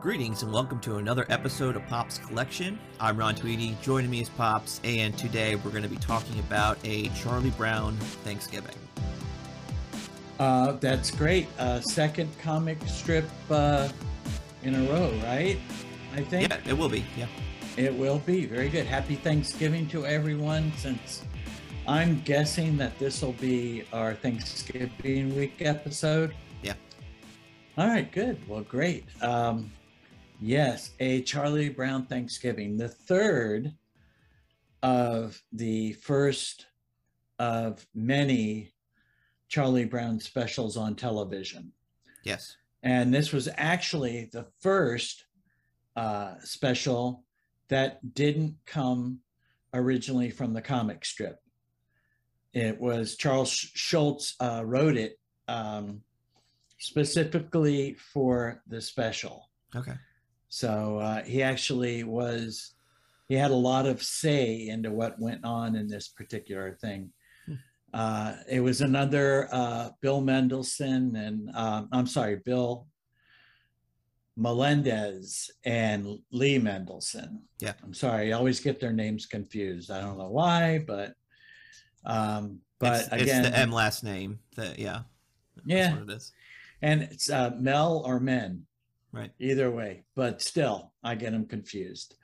Greetings and welcome to another episode of Pop's Collection. I'm Ron Tweedy. Joining me is Pops, and today we're going to be talking about a Charlie Brown Thanksgiving. Uh, that's great. Uh, second comic strip uh, in a row, right? I think Yeah, it will be. Yeah. it will be very good. Happy Thanksgiving to everyone. Since I'm guessing that this will be our Thanksgiving week episode. Yeah. All right. Good. Well, great. Um, yes, a Charlie Brown Thanksgiving, the third of the first of many Charlie Brown specials on television. Yes. And this was actually the first uh, special that didn't come originally from the comic strip. It was Charles Schultz uh, wrote it um, specifically for the special. Okay. So uh, he actually was, he had a lot of say into what went on in this particular thing. Hmm. Uh, it was another uh, Bill Mendelson and um, I'm sorry, Bill Melendez and Lee Mendelson. Yeah. I'm sorry, I always get their names confused. I don't know why, but um, but it's, again, it's the M last name. The, yeah. Yeah. That's what it is. and it's uh, Mel or Men. Right. Either way, but still, I get them confused.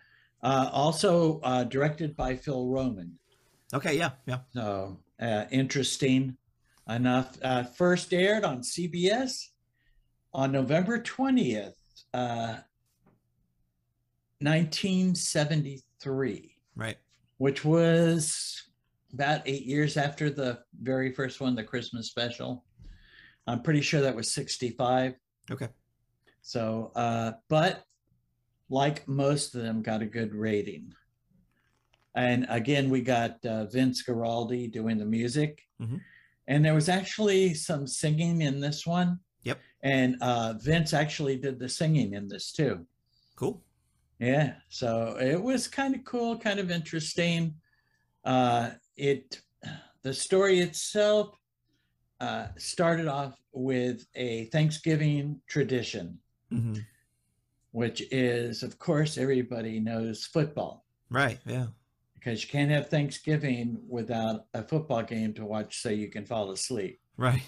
Uh, also uh, directed by Phil Roman. Okay. Yeah. Yeah. So uh, interesting enough. Uh, first aired on CBS on November 20th, uh, 1973, Right. which was about eight years after the very first one, the Christmas special. I'm pretty sure that was 65. Okay. So, uh, but like most of them, got a good rating. And again, we got uh, Vince Guaraldi doing the music. Mhm. And there was actually some singing in this one. Yep. And uh, Vince actually did the singing in this too. Cool. Yeah. So it was kind of cool, kind of interesting. Uh, it, the story itself uh, started off with a Thanksgiving tradition hmm which is, of course, everybody knows football Right. Yeah. because you can't have Thanksgiving without a football game to watch so you can fall asleep. Right.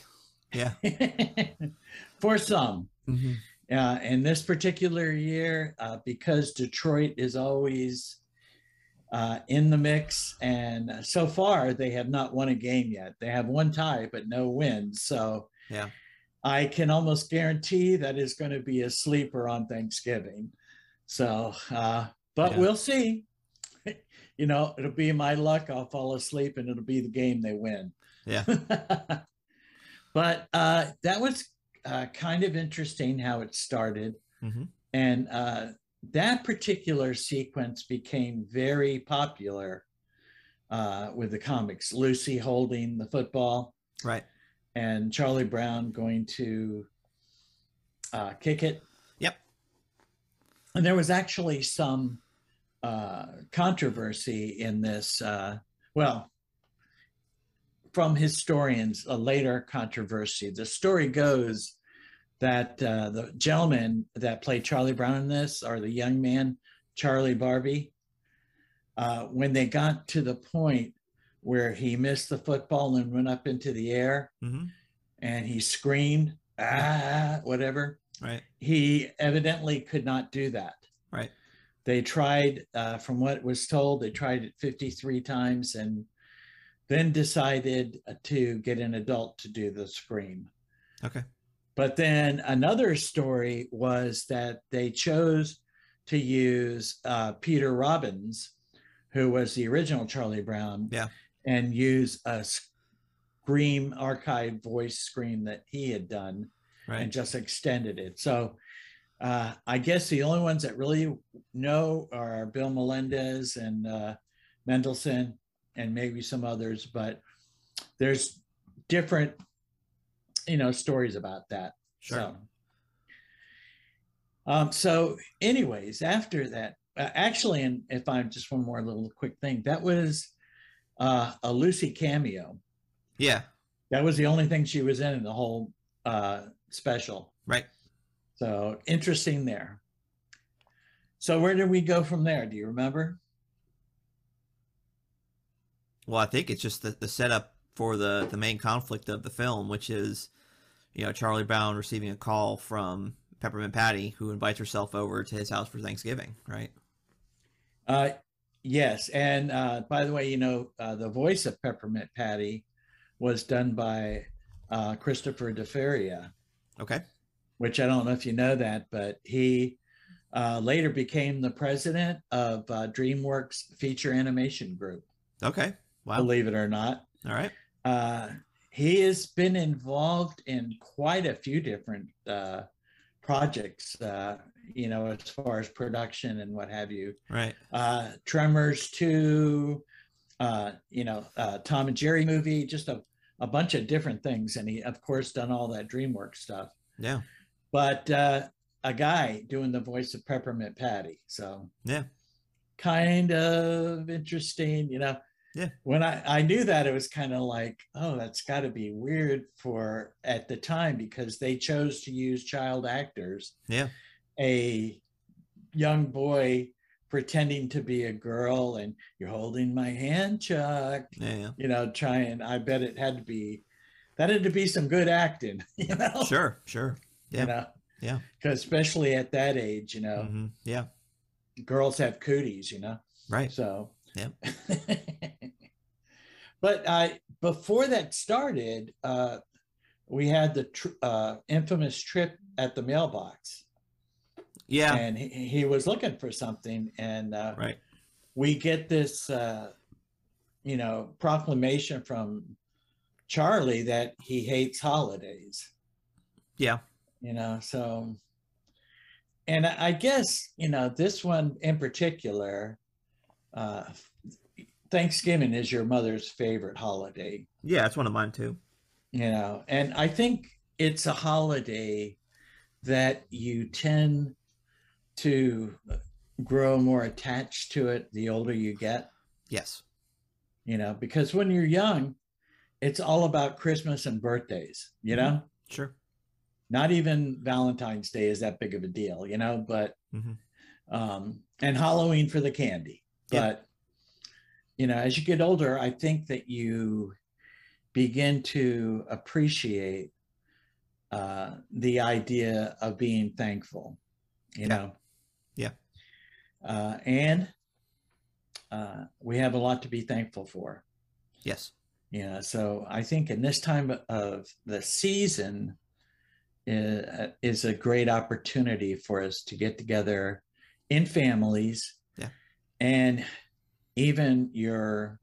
For some. hmm Uh, and this particular year, uh, because Detroit is always uh, in the mix, and uh, so far they have not won a game yet. They have one tie, but no wins. So Yeah. I can almost guarantee that is going to be a sleeper on Thanksgiving. So, uh, but Yeah. we'll see. you know, it'll be my luck. I'll fall asleep, and it'll be the game they win. Yeah. but uh, that was uh, kind of interesting how it started. hmm And uh, that particular sequence became very popular uh, with the comics. Lucy holding the football Right. and Charlie Brown going to uh, kick it. Yep. And there was actually some uh, controversy in this. Uh, well, from historians, a later controversy. The story goes that uh, the gentleman that played Charlie Brown in this, or the young man, Charlie Barbie, uh, when they got to the point where he missed the football and went up into the air, hmm and he screamed, ah, whatever. Right. He evidently could not do that. Right. They tried, uh, from what was told, they tried it 53 times and then decided uh, to get an adult to do the scream. Okay. But then another story was that they chose to use uh, Peter Robbins, who was the original Charlie Brown, Yeah. and use a scream archive voice scream that he had done and Right. just extended it. So uh, I guess the only ones that really know are Bill Melendez and uh, Mendelson and maybe some others, but there's different, you know, stories about that. Sure. So, um, so anyways, after that, uh, actually, and if I'm just one more little quick thing, that was uh, a Lucy cameo. Yeah. That was the only thing she was in in the whole uh, special. Right. So interesting there. So where did we go from there? Do you remember? Well, I think it's just the, the setup for the, the main conflict of the film, which is, you know, Charlie Brown receiving a call from Peppermint Patty, who invites herself over to his house for Thanksgiving, right? Uh, yes. And uh, by the way, you know, uh, the voice of Peppermint Patty was done by uh, Christopher DeFeria, Okay. which I don't know if you know that, but he uh, later became the president of uh, DreamWorks Feature Animation Group, Okay. Wow. believe it or not. All right. Uh, he has been involved in quite a few different uh, projects, uh, you know, as far as production and what have you. Right. Uh, Tremors 2, uh, you know, uh, Tom and Jerry movie, just a, a bunch of different things. And he, of course, done all that DreamWorks stuff. Yeah. But uh, a guy doing the voice of Peppermint Patty. So, Yeah. Kind of interesting, you know. Yeah. When I, I knew that, it was kind of like, oh, that's got to be weird for at the time because they chose to use child actors. Yeah. A young boy pretending to be a girl and you're holding my hand, Chuck, Yeah. yeah. you know, trying. I bet it had to be, that had to be some good acting, you know? Sure. Sure. Yeah. You know? Yeah. Because especially at that age, you know, hmm Yeah. girls have cooties, you know? Right. So, Yep. but I before that started, uh, we had the tr- uh, infamous trip at the mailbox, Yeah. and he, he was looking for something, and uh, Right. we get this, uh, you know, proclamation from Charlie that he hates holidays. Yeah. You know, so, and I I guess, you know, this one in particular, uh, Thanksgiving is your mother's favorite holiday, Yeah. It's one of mine too. you know, and I think it's a holiday that you tend to grow more attached to it the older you get, Yes. you know, because when you're young, it's all about Christmas and birthdays, you Mm-hmm. know? Sure. not even Valentine's Day is that big of a deal, you know, but Mhm. um and Halloween for the candy. Yeah. But you know, as you get older, I think that you begin to appreciate uh the idea of being thankful, you Yeah. know. Yeah. Uh and uh we have a lot to be thankful for. Yes. Yeah, so I think in this time of the season is, is a great opportunity for us to get together in families. Yeah. And even your,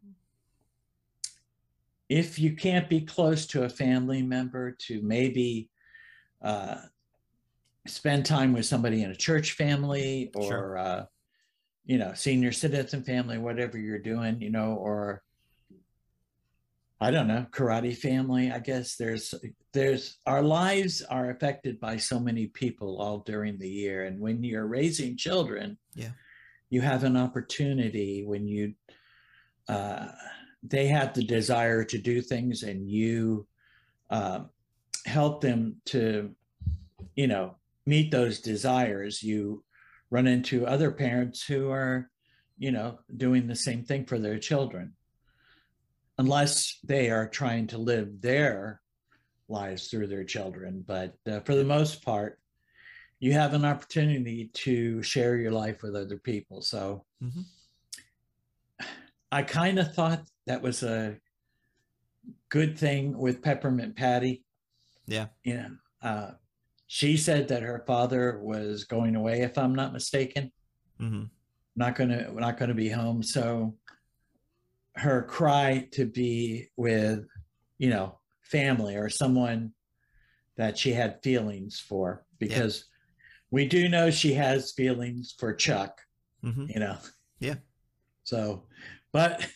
if you can't be close to a family member, to maybe uh, spend time with somebody in a church family or, Sure. uh, you know, senior citizen family, whatever you're doing, you know, or I don't know, karate family. I guess there's there's our lives are affected by so many people all during the year. And when you're raising children, Yeah. you have an opportunity when you uh, they have the desire to do things and you um help them to, you know, meet those desires. You run into other parents who are, you know, doing the same thing for their children unless they are trying to live their lives through their children. But uh, for the most part, you have an opportunity to share your life with other people. So Mhm. I kind of thought that was a good thing with Peppermint Patty. Yeah. You know, uh, she said that her father was going away, if I'm not mistaken hmm not gonna we're not gonna be home so her cry to be with you know family or someone that she had feelings for because we do know she has feelings for chuck hmm you know Yeah. so but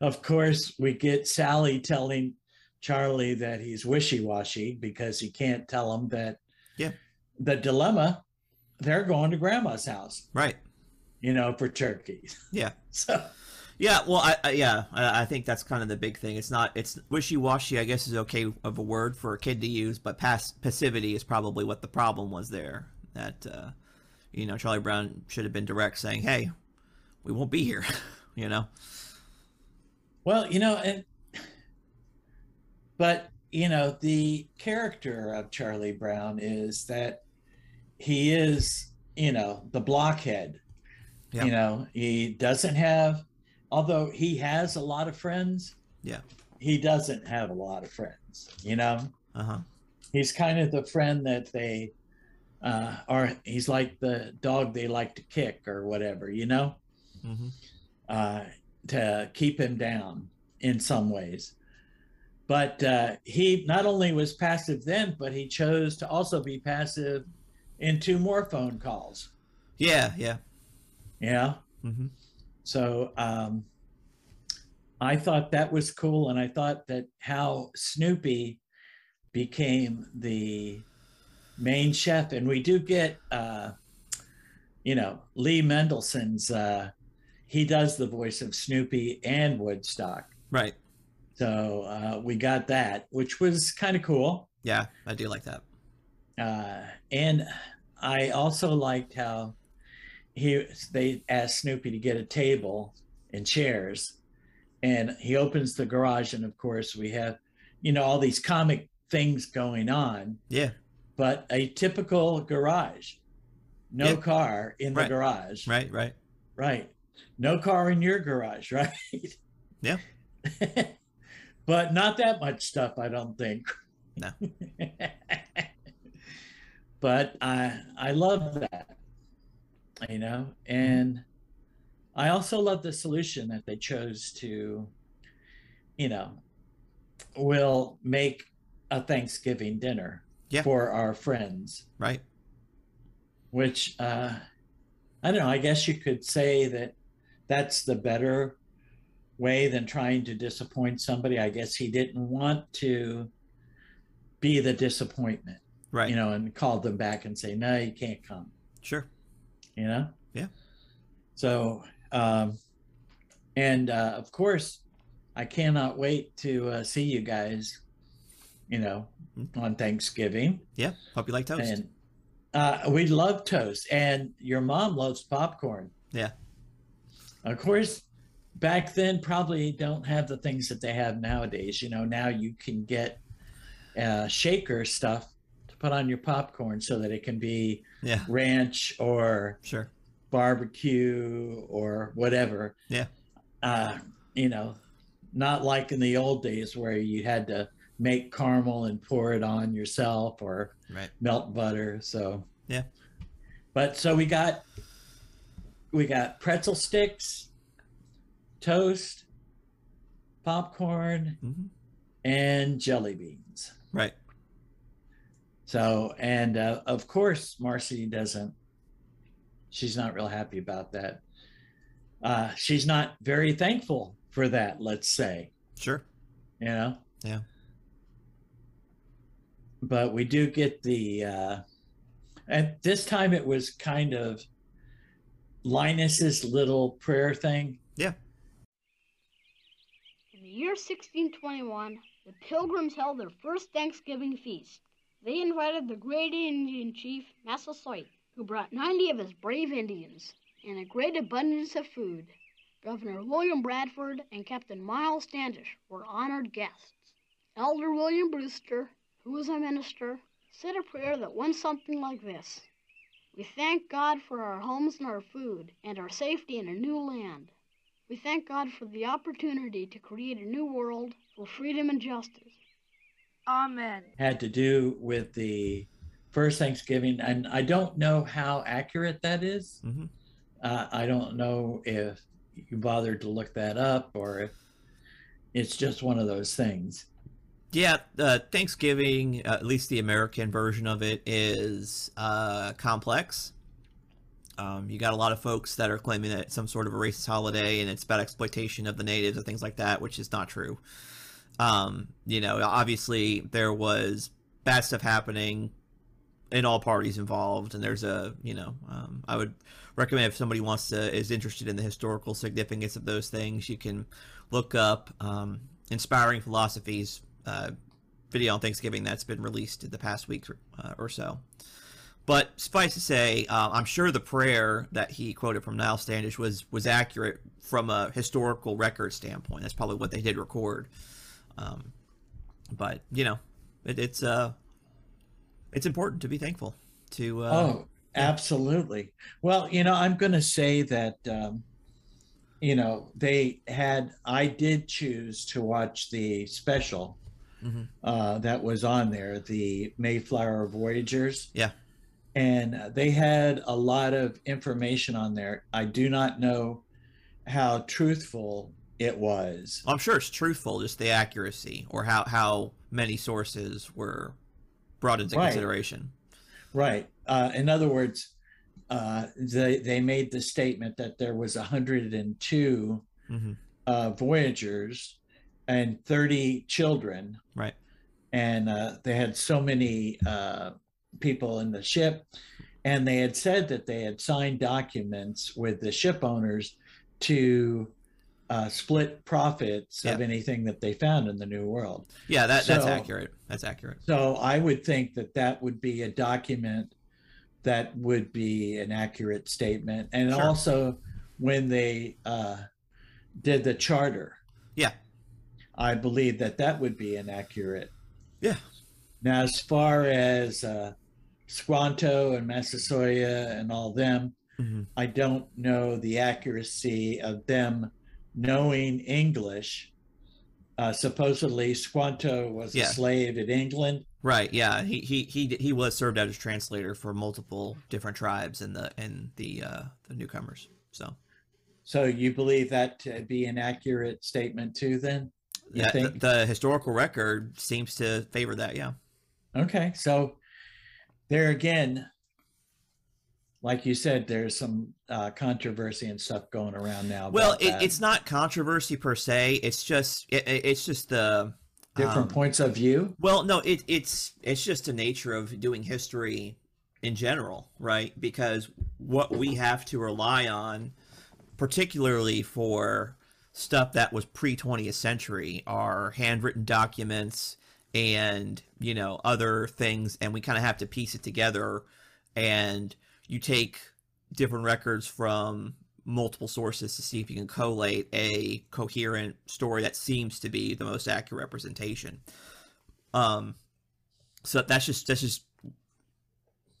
of course we get sally telling charlie that he's wishy-washy because he can't tell him that Yeah. the dilemma they're going to grandma's house Right. you know, for turkeys. Yeah. So Yeah, well, I, I yeah, I, I think that's kind of the big thing. It's not, it's wishy-washy. I guess is okay of a word for a kid to use, but pass passivity is probably what the problem was there. That uh, you know, Charlie Brown should have been direct saying, "Hey, we won't be here," you know. Well, you know, and but you know, the character of Charlie Brown is that he is, you know, the blockhead. Yeah. You know, he doesn't have, although he has a lot of friends. Yeah. He doesn't have a lot of friends. You know, Uh huh. he's kind of the friend that they uh, are. He's like the dog they like to kick or whatever. You know. hmm uh, to keep him down in some ways. But uh, he not only was passive then, but he chose to also be passive in two more phone calls. Yeah. Yeah. Yeah. hmm So um, I thought that was cool. And I thought that how Snoopy became the main chef. And we do get, uh, you know, Lee Mendelssohn's, uh, he does the voice of Snoopy and Woodstock. Right. So uh, we got that, which was kind of cool. Yeah. I do like that. Uh, and I also liked how he they asked Snoopy to get a table and chairs, and he opens the garage, and of course we have, you know, all these comic things going on, Yeah. but a typical garage, no Yeah. car in the Right. garage, Right. Right. Right. No car in your garage, right? Yeah. but not that much stuff, I don't think. No. but I I love that. You know, and I also love the solution that they chose to, you know, we'll make a Thanksgiving dinner Yeah. for our friends Right. which uh, I don't know. I guess you could say that that's the better way than trying to disappoint somebody. I guess he didn't want to be the disappointment, Right. you know, and call them back and say, no, you can't come, Sure. you know? Yeah. So, um, and uh, of course, I cannot wait to uh, see you guys, you know, Mm-hmm. on Thanksgiving. Yeah. Hope you like toast. And uh, we love toast, and your mom loves popcorn. Yeah. Of course, back then probably don't have the things that they have nowadays. You know, now you can get uh, shaker stuff to put on your popcorn so that it can be yeah. ranch or Sure. barbecue or whatever. Yeah. Uh, you know, not like in the old days where you had to make caramel and pour it on yourself or Right. melt butter. So Yeah. but so we got we got pretzel sticks, toast, popcorn, hmm and jelly beans. Right. So and uh, of course Marcy doesn't. She's not real happy about that. Uh, she's not very thankful for that. Let's say. Sure. you know Yeah. but we do get the uh at this time it was kind of linus's little prayer thing In the year 1621, the Pilgrims held their first Thanksgiving feast. They invited the great Indian chief Massasoit, who brought 90 of his brave Indians and a great abundance of food. Governor William Bradford and Captain Miles Standish were honored guests. Elder William Brewster, who was a minister, said a prayer that went something like this We thank God for our homes and our food, and our safety in a new land. We thank God for the opportunity to create a new world for freedom and justice. Amen. had to do with the first thanksgiving and i don't know how accurate that is hmm uh, i don't know if you bothered to look that up or if it's just one of those things Yeah, uh, Thanksgiving, uh, at least the American version of it, is uh, complex. Um, you got a lot of folks that are claiming that it's some sort of a racist holiday and it's about exploitation of the natives and things like that, which is not true. Um, you know, obviously there was bad stuff happening in all parties involved, and there's a you know, um, I would recommend if somebody wants to is interested in the historical significance of those things, you can look up um, inspiring philosophies uh, video on Thanksgiving that's been released in the past week or, uh, or so. But suffice to say, uh, I'm sure the prayer that he quoted from Niall Standish was was accurate from a historical record standpoint. That's probably what they did record. Um, but you know, it, it's uh, it's important to be thankful to. Uh, oh, absolutely. Well, you know, I'm going to say that, um, you know, they had, I did choose to watch the special mhm. uh, that was on there, the Mayflower Voyagers. Yeah. And uh, they had a lot of information on there. I do not know how truthful it was. I'm sure it's truthful, just the accuracy or how how many sources were brought into Right. consideration. Right. Uh, in other words, uh, they they made the statement that there was 102 Mhm. uh, voyagers and 30 children, Right. and uh, they had so many uh, people in the ship, and they had said that they had signed documents with the ship owners to uh, split profits of anything that they found in the New World. Yeah, that that's So- accurate. That's accurate. So I would think that that would be a document that would be an accurate statement. And Sure. also, when they uh, did the charter, Yeah. I believe that that would be inaccurate. Yeah. Now, as far as uh, Squanto and Massasoit and all them, Mhm. I don't know the accuracy of them knowing English. Uh, supposedly, Squanto was Yeah. a slave in England. Right. Yeah. He he he d- he was served out as translator for multiple different tribes and the and the uh, the newcomers. So So you believe that to be an accurate statement too, then? You yeah, the, think? the historical record seems to favor that. Yeah. Okay, so there again, like you said, there's some uh, controversy and stuff going around now. Well, about it, that. it's not controversy per se. It's just it, it- it's just the different um, points of view. Well, no, it, it's it's just the nature of doing history in general, right? Because what we have to rely on, particularly for stuff that was pre 20th century, are handwritten documents and you know other things, and we kind of have to piece it together. And you take different records from multiple sources to see if you can collate a coherent story that seems to be the most accurate representation. Um, so that's just that's just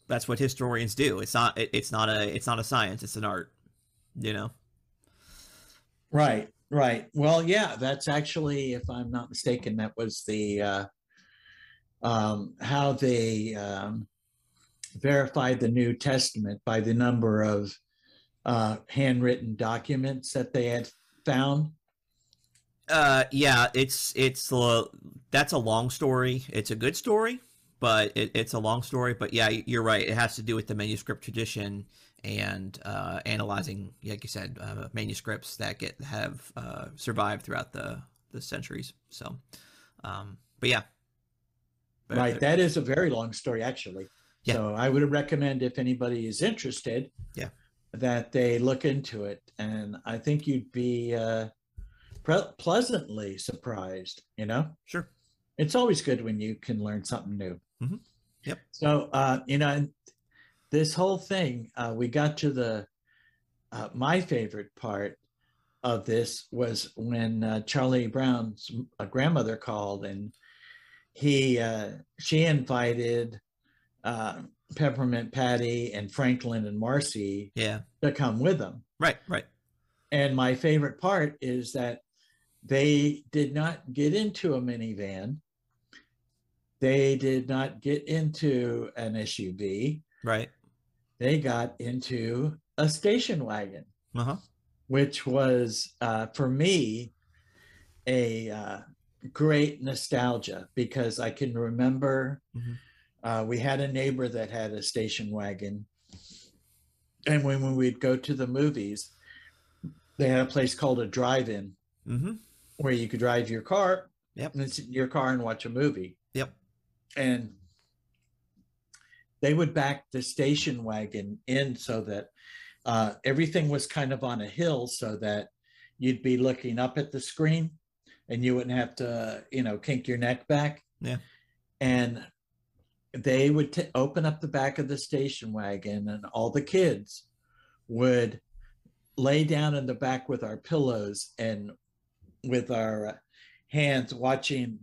that's what historians do. It's not it, it's not a it's not a science. It's an art. You know. Right, right. Well, yeah, that's actually, if I'm not mistaken, that was the uh, um, how they um, verified the New Testament by the number of uh, handwritten documents that they had found. Uh, yeah. It's it's a, that's a long story. It's a good story, but it, it's a long story. But yeah, you're right. It has to do with the manuscript tradition and uh, analyzing, like you said, uh, manuscripts that get have uh, survived throughout the the centuries. So, um, but yeah. But uh, Right. there- That is a very long story, actually. Yeah. So I would recommend if anybody is interested, Yeah. that they look into it. And I think you'd be uh, pre- pleasantly surprised. You know, Sure. it's always good when you can learn something new. Mhm. Yep. So, uh, you know, and this whole thing, uh, we got to the, uh, my favorite part of this was when uh, Charlie Brown's m- uh, grandmother called and he, uh, she invited uh, Peppermint Patty and Franklin and Marcy Yeah. to come with them. Right. Right. And my favorite part is that they did not get into a minivan. They did not get into an SUV. Right. They got into a station wagon, Uh huh. which was uh, for me a uh, great nostalgia because I can remember Mhm. uh, we had a neighbor that had a station wagon. And when, when we'd go to the movies, they had a place called a drive in. Mm-hmm. where you could drive your car Yep. and sit in your car and watch a movie. Yep. And they would back the station wagon in so that uh, everything was kind of on a hill so that you'd be looking up at the screen and you wouldn't have to, you know, kink your neck back. Yeah. And they would t- open up the back of the station wagon and all the kids would lay down in the back with our pillows and with our uh, hands watching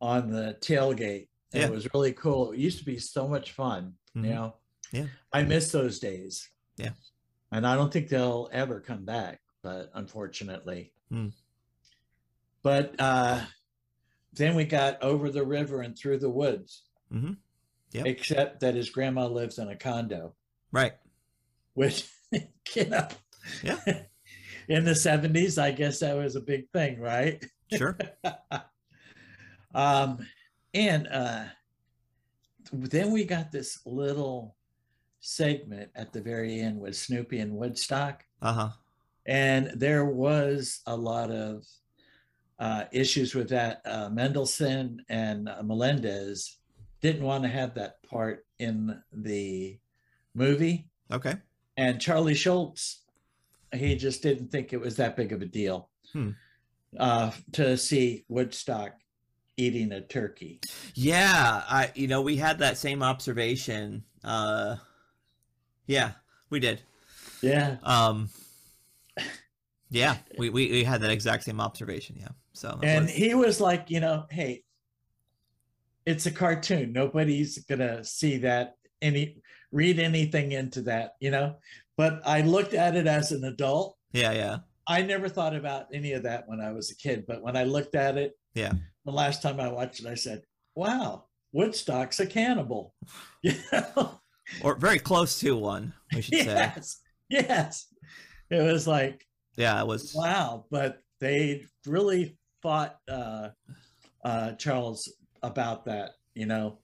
on the tailgate and Yeah. it was really cool it used to be so much fun Mhm. you know Yeah. i miss those days Yeah. and i don't think they'll ever come back but unfortunately Hmm. but uh then we got over the river and through the woods Mhm. Yep. except that his grandma lives in a condo Right. which you know Yeah. in the 70s i guess that was a big thing right Sure. um, and uh, then we got this little segment at the very end with Snoopy and Woodstock, uh huh. and there was a lot of uh, issues with that. Uh, Mendelssohn and uh, Melendez didn't want to have that part in the movie, Okay. and Charlie Schultz, he just didn't think it was that big of a deal Hmm. uh, to see Woodstock eating a turkey. Yeah, I you know we had that same observation. Uh, yeah, we did. Yeah. Um, yeah, we, we we had that exact same observation. Yeah, so that And was- he was like, you know, hey, it's a cartoon. Nobody's going to see that, any read anything into that, you know. But I looked at it as an adult. yeah, yeah, I never thought about any of that when I was a kid. But when I looked at it, Yeah. the last time I watched it, I said, wow, Woodstock's a cannibal. You know? or very close to one. We should say. yes. Yes. It was like, Yeah, it was. Wow, but they really fought uh, uh, Charles about that. You know,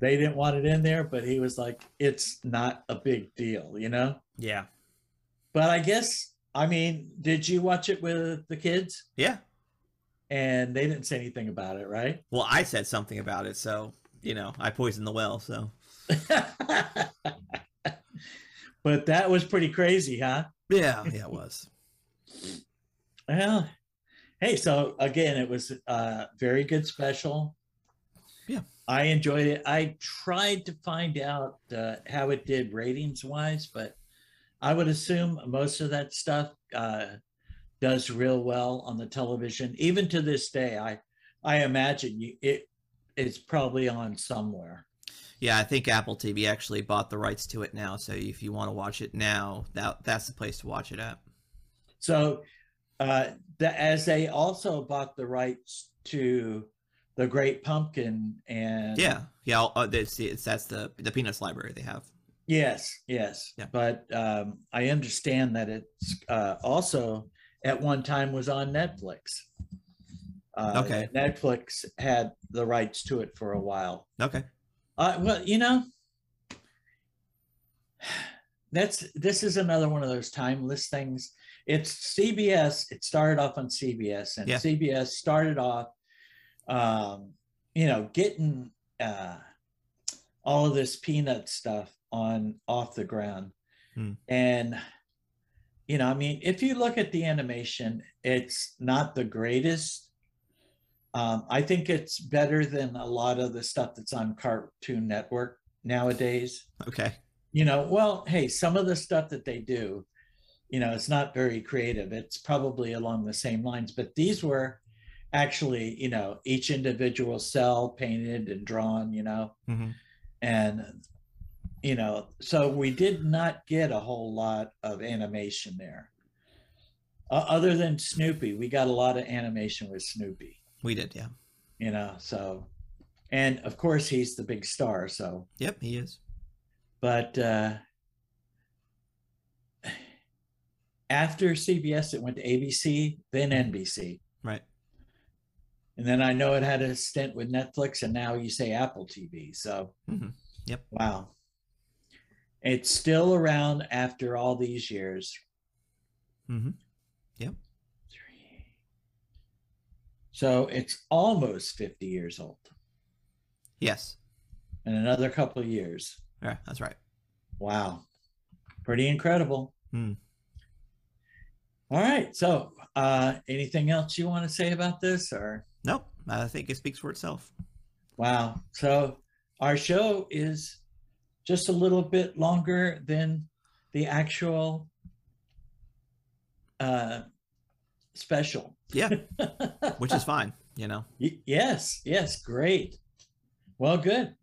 they didn't want it in there, but he was like, "It's not a big deal," you know. Yeah, But I guess, I mean, did you watch it with the kids? yeah. And they didn't say anything about it, right? Well, I said something about it, so you know I poisoned the well. So but that was pretty crazy, huh? yeah, yeah, it was. Well, hey, so again, it was a very good special. Yeah. I enjoyed it. I tried to find out uh, how it did ratings wise, but I would assume most of that stuff uh, does real well on the television. Even to this day, I I imagine you, it it's probably on somewhere. Yeah, I think Apple TV actually bought the rights to it now. So if you want to watch it now, that that's the place to watch it at. So, uh, the, as they also bought the rights to the Great Pumpkin and Yeah, yeah. I'll- Uh, it's, it's that's the the Peanuts library they have. Yes, yes. Yeah. But um, I understand that it's uh, also at one time was on Netflix. Uh, Okay. Netflix had the rights to it for a while. Okay. Uh, well, you know, that's this is another one of those timeless things. It's CBS. It started off on CBS, and Yeah. CBS started off, um, you know, getting uh, all of this peanut stuff on off the ground, Hmm. and you know, I mean, if you look at the animation, it's not the greatest. Um, I think it's better than a lot of the stuff that's on Cartoon Network nowadays. Okay. You know, well, hey, some of the stuff that they do, you know, it's not very creative. It's probably along the same lines, but these were actually, you know, each individual cell painted and drawn, you know, hmm and, you know, so we did not get a whole lot of animation there. Uh, other than Snoopy, we got a lot of animation with Snoopy We did. Yeah. you know so and of course he's the big star so Yep. He is. but uh after cbs it went to abc then nbc Right. and then i know it had a stint with netflix and now you say apple tv so Mhm. Yep. wow it's still around after all these years hmm Three. so it's almost 50 years old Yes. in another couple of years Yeah. That's right. Wow. Pretty incredible. Hmm. All right. So, uh, anything else you want to say about this or Nope. I think it speaks for itself. wow. So, our show is just a little bit longer than the actual uh, special. Yeah, which is fine, you know. Y- yes, yes, great. Well, good.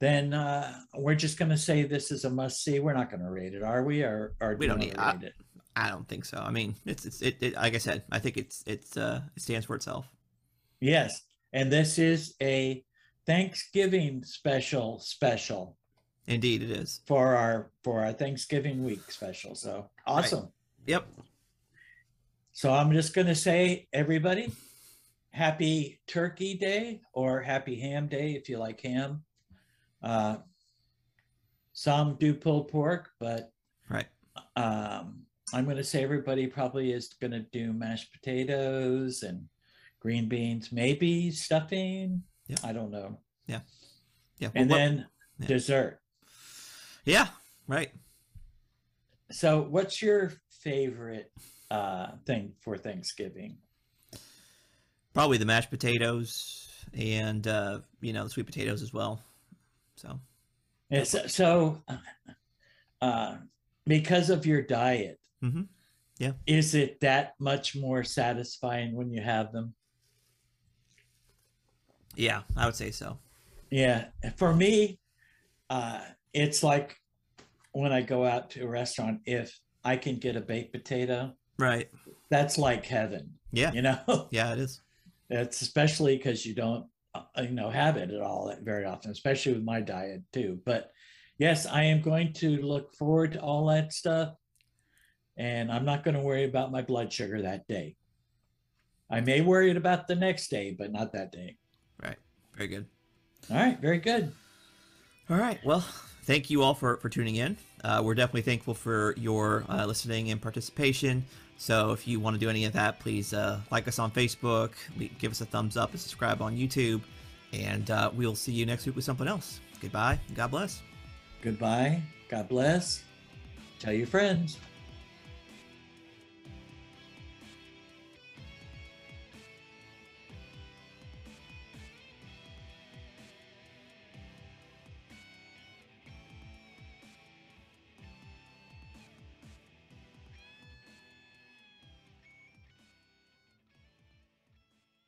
Then uh, we're just going to say this is a must see. We're not going to rate it, are we? Or, or do We don't wanna need- uh, I- rate it? I don't think so. I mean, it's it's it, it like I said, I think it's it's uh it stands for itself. Yes, and this is a Thanksgiving special special Indeed, it is. for our for our Thanksgiving week special. So awesome. Yep. So I'm just going to say, everybody, happy Turkey Day or happy Ham Day if you like ham. Uh, some do pulled pork, but Right. um, I'm going to say everybody probably is going to do mashed potatoes and green beans, maybe stuffing. Yeah. I don't know. Yeah. well, And what- then yeah. dessert. yeah. Right. So, what's your favorite uh, thing for Thanksgiving? Probably the mashed potatoes and uh, you know the sweet potatoes as well. So And so, so uh, because of your diet, Mhm. Yeah. is it that much more satisfying when you have them? yeah, I would say so. Yeah, for me, uh, it's like when I go out to a restaurant. If I can get a baked potato, Right. that's like heaven. Yeah. You know, Yeah, it is. that's especially because you don't, uh, you know, have it at all very often, especially with my diet too. But yes, I am going to look forward to all that stuff, and I'm not going to worry about my blood sugar that day. I may worry about the next day, but not that day. Right. Very good. All right, very good. All right. Well, thank you all for, for tuning in. Uh, we're definitely thankful for your uh, listening and participation. So if you want to do any of that, please uh, like us on Facebook, we- give us a thumbs up, and subscribe on YouTube. And uh, we'll see you next week with something else. Goodbye. and God bless. Goodbye. God bless. Tell your friends.